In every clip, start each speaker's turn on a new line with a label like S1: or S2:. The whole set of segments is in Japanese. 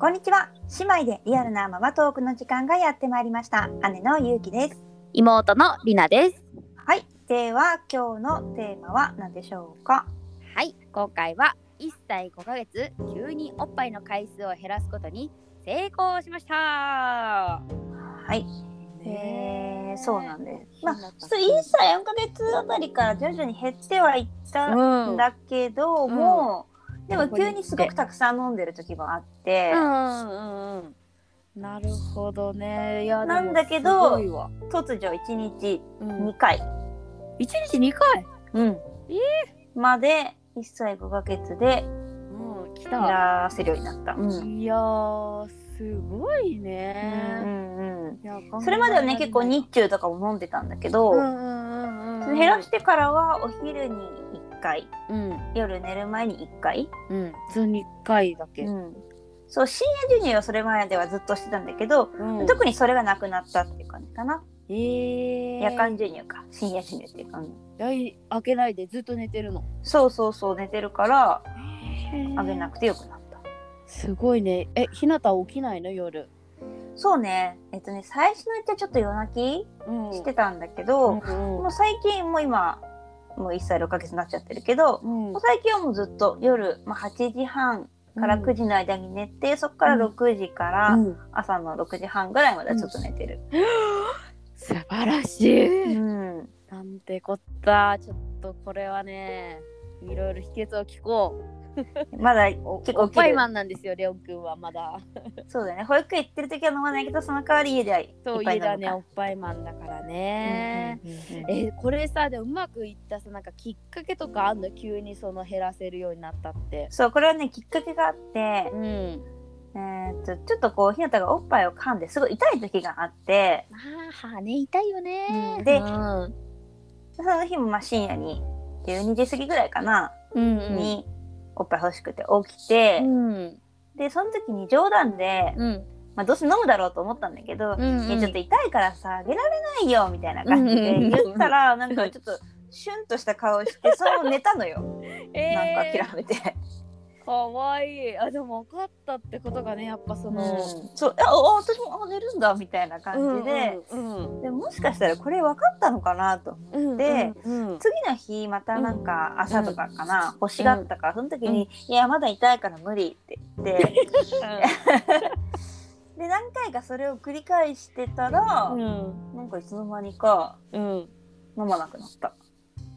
S1: こんにちは姉妹でリアルなママトークの時間がやってまいりました姉のゆうきです
S2: 妹のりなです。
S1: はいでは今日のテーマは何でしょうか
S2: はい、今回は1歳5ヶ月急におっぱいの回数を減らすことに成功しました。
S1: はいえー、そうなんですま
S2: ま
S1: あ
S2: あ、
S1: 1歳4ヶ月あたりから徐々に減ってはいったんだけども、でも急にすごくたくさん飲んでる時もあって、
S2: うんうんうんうん。なるほどね。いや
S1: なん
S2: でも
S1: だけど
S2: すごいわ
S1: 突如1日
S2: うん
S1: 2回、
S2: 一日二回。え
S1: まで1歳5ヶ月で
S2: うん、来
S1: 減。らせるようになった。うん
S2: いやーすごいね。
S1: うん
S2: いや
S1: それまではね結構。日中とかも飲んでたんだけど、
S2: 考えられないうんうんうんうん。
S1: 減らしてからはお昼に1回
S2: うん
S1: 夜寝る前に1回、
S2: うん。普通に一回だけ。
S1: うんそう深夜授乳はそれまではずっとしてたんだけど、
S2: うん
S1: 特にそれがなくなったっていう感じかな、
S2: えー。
S1: 夜間授乳か深夜授乳っていうか、うん
S2: い開けないでずっと寝てるの。
S1: そうそうそう寝てるからあ
S2: あ
S1: げ
S2: げ
S1: な
S2: なく
S1: くてよくなった、
S2: すごいね。え、ひなた起きないの夜。
S1: そうねえっとね最初のうちはちょっと夜泣
S2: うん
S1: きしてたんだけど、
S2: うん
S1: もう最近もう今もう1歳6ヶ月になっちゃってるけど、
S2: うん
S1: もう最近はもうずっと夜、まあ、8時半から9時の間に寝て、そこから6時か
S2: う
S1: ら
S2: ん
S1: 朝の6時半ぐらいまではずっと寝てる。
S2: 素晴らし
S1: う
S2: い。
S1: ん
S2: なんてこった。ちょっとこれはね、いろいろ秘訣を聞こう。
S1: まだ
S2: お
S1: 結構
S2: お
S1: 起
S2: っ
S1: き
S2: ぱい
S1: る
S2: マンなんですよ、レオン君はまだ。
S1: そうだね保育園行ってる時は飲まないけどその代わり家ではいっ
S2: そう、
S1: ぱい
S2: 家
S1: 飲むか
S2: だね、
S1: ら
S2: おっぱいマンだからね。
S1: うんうんうんうん
S2: え、これさ、でもうまくいったさ、なんかきっかけとかあんの急にその減らせるようになったって。
S1: そうこれはねきっかけがあって、
S2: ん。
S1: えーっとちょっとこうひなたがおっぱいを噛んですごい痛い時があって
S2: まあ、羽痛いよ
S1: うん
S2: ね。
S1: で
S2: うん
S1: その日もまあ深夜に12時過ぎぐらいかな、
S2: うん
S1: におっぱい欲しくて起きて
S2: う、ん
S1: でその時に冗談で、
S2: うん
S1: まあ、どうせ飲むだろうと思ったんだけど、
S2: うんうん
S1: いやちょっと痛いからさあげられないよみたいな感じで
S2: うんうん
S1: 言ったら、なんかちょっとシュンとした顔してそのまま寝たのよ
S2: え
S1: なんか
S2: ー
S1: 諦めて、
S2: かわいいあでも分かったってことがねやっぱその、
S1: うんそうああ私もあ寝るんだみたいな感じで,、
S2: うん
S1: でもしかしたらこれ分かったのかなと
S2: うん
S1: で
S2: うんうん
S1: 次の日またなんか朝とかかな、欲しがったからその時に「いやまだ痛いから無理」って言って で何回かそれを繰り返してたら、
S2: うん
S1: なんかいつの間にか
S2: うん
S1: 飲まなくなった。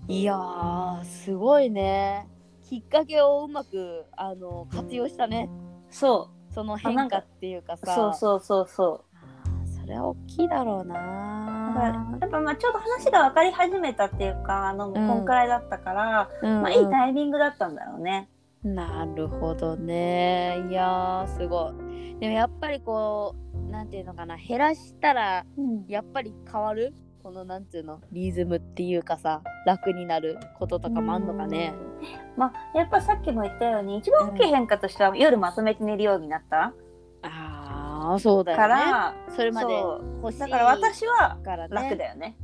S2: いやーすごいねきっかけをうまくあの活用したね
S1: そ
S2: その
S1: あなん
S2: 変
S1: か
S2: 化っていうか
S1: う
S2: さ
S1: そうそうそうそ
S2: あーそれは大きいだろう
S1: うだから
S2: な
S1: やっぱまあちょうど話が分かり始めたっていうかあの
S2: ん
S1: こんくらいだったから、
S2: うん
S1: まあいいタイミングだったんだろうね。
S2: なるほどねいやーすごいでもやっぱりこうなんていうのかな減らしたら
S1: うん
S2: やっぱり変わるこのなんていうのリズムっていうかさ楽になることとかもあんのかね
S1: まあやっぱさっきも言ったように一番大きい変化としては夜まとめて寝るようになった
S2: ああそうだよね
S1: から、
S2: それまで
S1: そう
S2: 欲しい
S1: だから私は
S2: からね
S1: 楽だよね。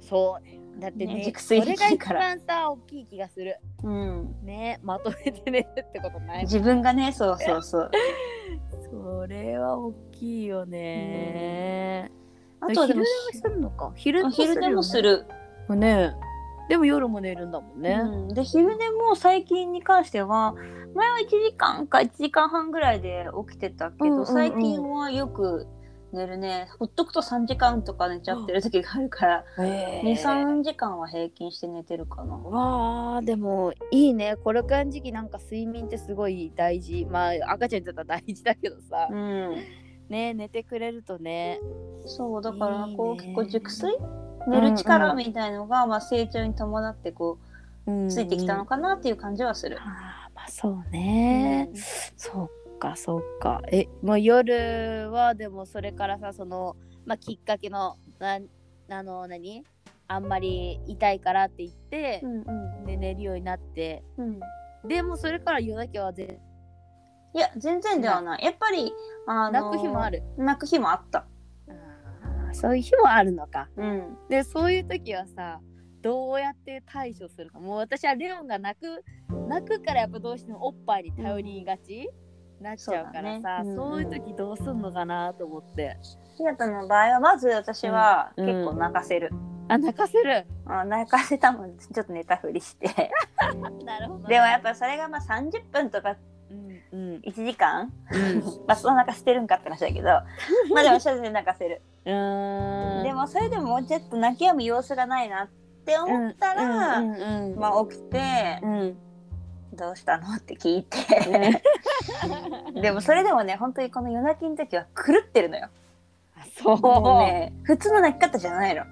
S2: そうだってね
S1: ね熟
S2: そ
S1: 睡で
S2: れが
S1: きる
S2: 一
S1: から
S2: 番さ大きい気がする
S1: うん、
S2: ねまとめて寝るってことな い
S1: 自分がねそうそうそう。
S2: それは大きいよね、
S1: あとはでも
S2: 昼寝もするのか昼
S1: お昼寝もする。
S2: るよねでも夜も寝るんだもんね、
S1: うん、で昼寝も最近に関しては前は1時間か1時間半ぐらいで起きてたけど、
S2: うんうんうん
S1: 最近はよく寝るねほっとくと3時間とか寝ちゃってる時がある から、
S2: へー
S1: 23時間は平均して寝てるかな。
S2: わあでもいいねこれからの時期なんか睡眠ってすごい大事まあ赤ちゃんにとっては大事だけどさ、
S1: うん、
S2: ね寝てくれるとね
S1: そうだからこう
S2: いい
S1: 結
S2: ね
S1: 構熟睡寝る力みたいのが、まあ、成長に伴ってこうついてきたの
S2: か、
S1: かなっていう感じはする。
S2: あーまあそうね、そうかそうかえもう夜はでもそれからさその、まあ、きっかけのなんあの何あんまり痛いからって言って
S1: う、んうん
S2: で寝るようになって
S1: うん
S2: でもそれから夜だけは全然
S1: いや全然ではないやっぱりあの
S2: 泣く日もあ
S1: る
S2: る、
S1: 泣く日もあった
S2: あーそういう日もあるのか
S1: うん
S2: でそういう時はさどうやって対処するかもう私はレオンが泣く泣くからやっぱどうしてもおっぱいに頼りがちなっちゃうからさそう,、
S1: そうだねうんうん
S2: いう時どうすんのかなと思って
S1: ひなたの場合はまず私は
S2: うん
S1: 結構泣かせる、
S2: あ泣かせる
S1: あ泣かせたもんちょっと寝たふりして
S2: なるほど
S1: でもやっぱそれがまあ30分とか
S2: うんうん
S1: 1時間
S2: うん
S1: まあその中してるんかって話だけ どまあでも正直泣かせる
S2: うん
S1: でもそれでももうちょっと泣き止む様子がないなって思ったら、
S2: うんうんうん
S1: まあ起きて、
S2: うん
S1: どうしたのって聞いて でもそれでもね本当にこの夜泣きの時は狂ってるのよ
S2: あそう
S1: もうね普通の泣き方じゃないの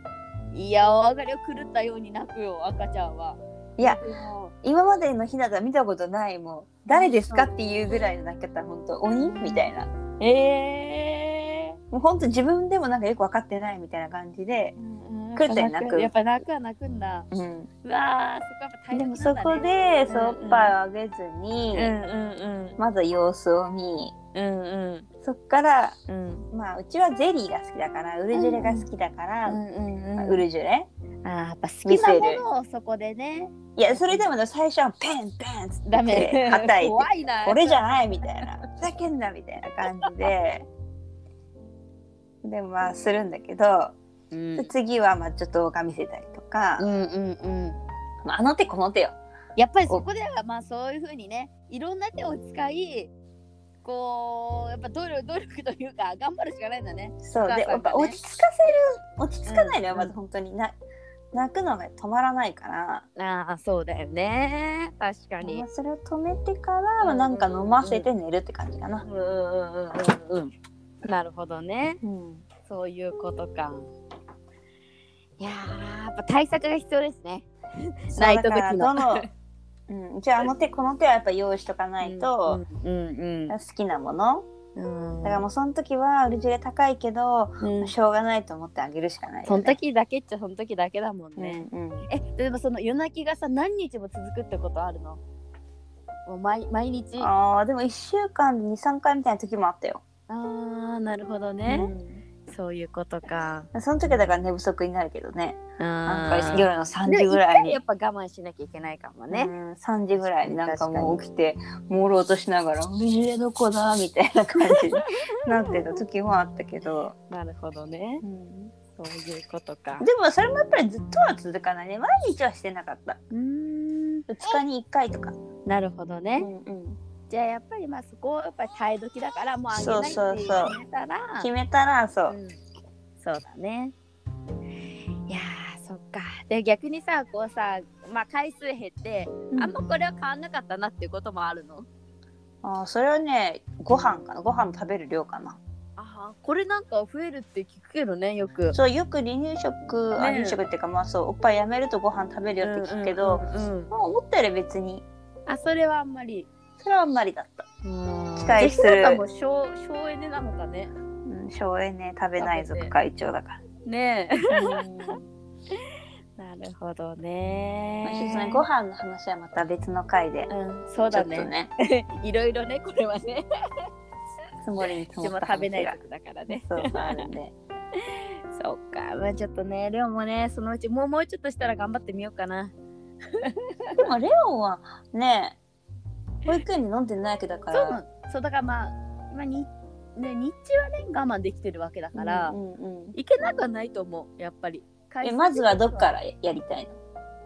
S2: いやお別れを狂ったように泣くよ赤ちゃんはい
S1: や
S2: でも
S1: 今までのひなた見たことないもう誰ですかっていうぐらいの泣き方本当鬼みたいな
S2: え
S1: もう本当自分でもなんかよく分かってないみたいな感じで
S2: ー、、うんうん
S1: 狂ったように泣く
S2: やっぱ泣くは泣くんだ
S1: うん、
S2: うわーそこはやっぱ大変
S1: で
S2: なん
S1: も
S2: だ、ね、
S1: そこで
S2: うん
S1: そうおっぱいをあげずに、
S2: うんうん
S1: まず様子を見
S2: うんうん
S1: そっから
S2: うんうん
S1: まあうちはゼリーが好きだからウルジュレが好きだから、
S2: うん
S1: まあウルジュレ
S2: あーやっぱ好きなものをそこでね
S1: いやそれでもね最初はペンペンっつって
S2: ダメ
S1: 叩いて
S2: 怖いな
S1: 俺じゃないみたいなふざけんなみたいな感じででまあするんだけど
S2: うん
S1: で次はまあちょっと動画見せたりとか、
S2: うんうんうん
S1: まあ、あの手この手よ
S2: やっぱりそこではまあそういうふうにねいろんな手を使いこうやっぱ努力努力というか頑張るしかないんだね。
S1: そう
S2: お母さんが
S1: で
S2: ね
S1: やっぱ落ち着かせる落ち着かないのよ、
S2: うん
S1: まず本当にな泣くのが止まらないから、
S2: ああそうだよね確か
S1: まあ、。それを止めてから、まあ、なんか飲ませて寝るって感じかな
S2: う、んうんうんうんうん。なるほどね
S1: うん、
S2: そういうことか。いやーやっぱ対策が必要ですね。泣いた時
S1: そ
S2: の
S1: うだからどの、うん、じゃああの手この手はやっぱ用意しとかないと、
S2: うんうん
S1: 好きなもの
S2: うん。うん
S1: だからもうその時は売り上げ高いけど、
S2: うん
S1: しょうがないと思ってあげるしかない
S2: そ
S1: よ
S2: の
S1: ね、
S2: 時だけっちゃその時だけだもんね。
S1: うんうん、
S2: えでもその夜泣きがさ何日も続くってことあるのもう毎毎日あ
S1: あーでも1週間で23回みたいな時もあったよ、
S2: あーなるほどね、そういうことか
S1: うんその時はだから寝不足になるけどね
S2: な
S1: なんか夜の3時
S2: でも
S1: ぐらい
S2: 一回
S1: に
S2: やっぱ我慢しなきゃいけないかもね、
S1: うん、3時ぐらいになんかもう起きて朦朧としながら「無事でどこだ?」みたいな感じになってた時もあったけど、
S2: なるほどねそういうことか
S1: でもそれもやっぱりずっとは続かないね毎日はしてなかった
S2: うーん
S1: 2日に1回とか、
S2: なるほどね、
S1: うんうん
S2: じゃあやっぱりまあそこをやっぱり耐え時だからもうあげないって
S1: そうそうそう
S2: 決めたら
S1: 決めたらそう、
S2: うんそうだね。いやーそっか。で逆にさこうさ、まあ、回数減って、あんまこれは変わんなかったなっていうこともあるの。
S1: あーそれはねご飯かなご飯食べる量かな
S2: ああこれなんか増えるって聞くけどねよく。
S1: そうよく離乳食、あ
S2: ね
S1: 離乳食っていうかまあそうおっぱいやめるとご飯食べるよって聞くけど、
S2: うんうんうん
S1: もう思ったより別に
S2: あそれはあんまり。
S1: それはあんまりだった、
S2: 期
S1: 待する
S2: も省省エネなのかね。
S1: うん、省エネ食べない
S2: 食
S1: 族
S2: べて
S1: 会長だから。
S2: ね
S1: うん
S2: え。なるほ
S1: まあちょっ
S2: どね
S1: とねご飯の話はまた別の回で、
S2: うん、そう
S1: ちょ
S2: だ
S1: っと
S2: ね。
S1: ね
S2: いろいろねこれはね。
S1: 積もりに積
S2: うち
S1: も
S2: も
S1: った話が
S2: 食べないとだからね。
S1: そうそうあるん で
S2: そうか、まあ、ちょっとね、レオもね、そのうちもうもうちょっとしたら頑張ってみようかな。
S1: でもレオンはね保育園で飲んでないわけだか
S2: そう
S1: ら
S2: なのそうだからまあ、まあにね、日中はね、我慢できてるわけだから、
S1: うんうんうん
S2: いけなくはないと思う、やっぱり。
S1: えまずはどっかららやりたいの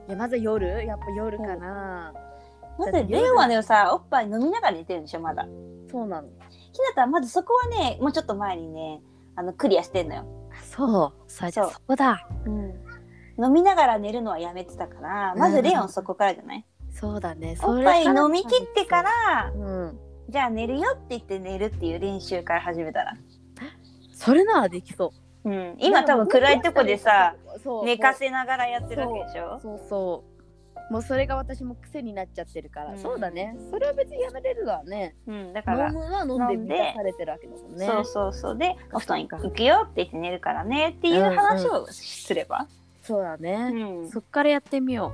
S2: いやまずは夜、やっぱ夜かな。
S1: まずレオンはでもさおっぱい飲みながら寝てるんでしょまだ
S2: そうなの。
S1: ひなたはまずそこはねもうちょっと前にねあのクリアしてんのよ、
S2: そう、それじゃ
S1: そう
S2: そこだ。
S1: 飲みながら寝るのはやめてたからまずレオンそこからじゃない、
S2: そうだね、
S1: おっぱい飲み切
S2: っ
S1: ってから
S2: うん。
S1: じゃあ寝るよって言って寝るっていう練習から始めたら、
S2: それならできそう。
S1: うん、今多分暗いとこでさ、
S2: そう
S1: 寝かせながらやってるわけでしょ
S2: そうそう。もうそれが私も癖になっちゃってるから、
S1: うん
S2: そうだね。それは別にやめれるわね。
S1: うん、だから
S2: 飲むは飲んで
S1: 飲ん
S2: 満
S1: で
S2: たされてるわけだもんね。
S1: そうそうそうでお布団行くよって言って寝るからねっていう話をすれば、
S2: そうだね、
S1: うん
S2: そっからやってみよ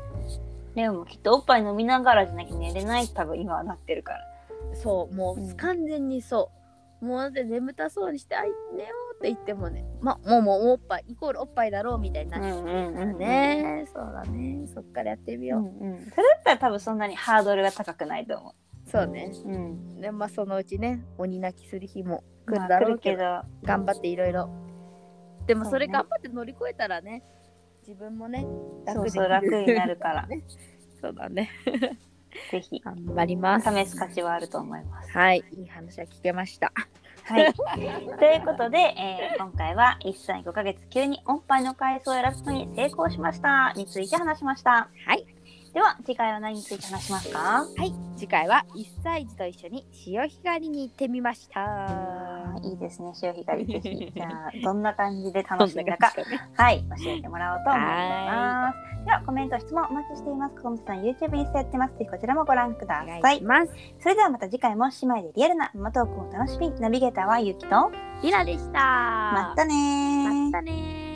S1: レオンもきっとおっぱい飲みながらじゃなきゃ寝れない多分今はなってるから
S2: う。そう、も
S1: う
S2: う、
S1: ん
S2: 完全にそう。もうだって眠たそうにして、あい、寝ようって言ってもね、ま、もうもうおっぱい、イコールおっぱいだろうみたいになっちゃ
S1: んうん
S2: うね、そうだね。そっからやってみよう。
S1: うんうんそれだったら多分そんなにハードルが高くないと思
S2: そうね。
S1: うん。
S2: でまあそのうちね鬼泣きする日も来
S1: ま
S2: る
S1: あ
S2: だ
S1: 来
S2: ろう
S1: る
S2: け
S1: け
S2: ど、
S1: ど。
S2: 頑張っていろいろ。でも
S1: そうね
S2: それ頑張って乗り越えたらね自分もね
S1: そ
S2: 楽
S1: う
S2: でき、
S1: そう楽になるから
S2: ね そうだね。
S1: ぜひ
S2: 頑張ります。
S1: 試す価値はあると思います。
S2: はい、いい話は聞けました。
S1: はい。ということで、えー今回は1歳5ヶ月急に音杯の回数を減らすのに成功しましたについて話しました。
S2: はい、
S1: では次回は何について話しますか？
S2: はい、次回は一歳児と一緒に潮干狩りに行ってみました。
S1: あーいいですね潮干狩りぜ ひ。じゃあどんな感じで楽しんだか、はい教えてもらおうと思います。ではコメント質問お待ちしています。小本さん YouTube インスタやってます。ぜひこちらもご覧くだ
S2: お願
S1: さ
S2: い
S1: い
S2: し。ます。
S1: それではまた次回も姉妹でリアルなママトークを楽しみにナビゲーターはゆきと
S2: リラでした。
S1: まったねー
S2: まったねー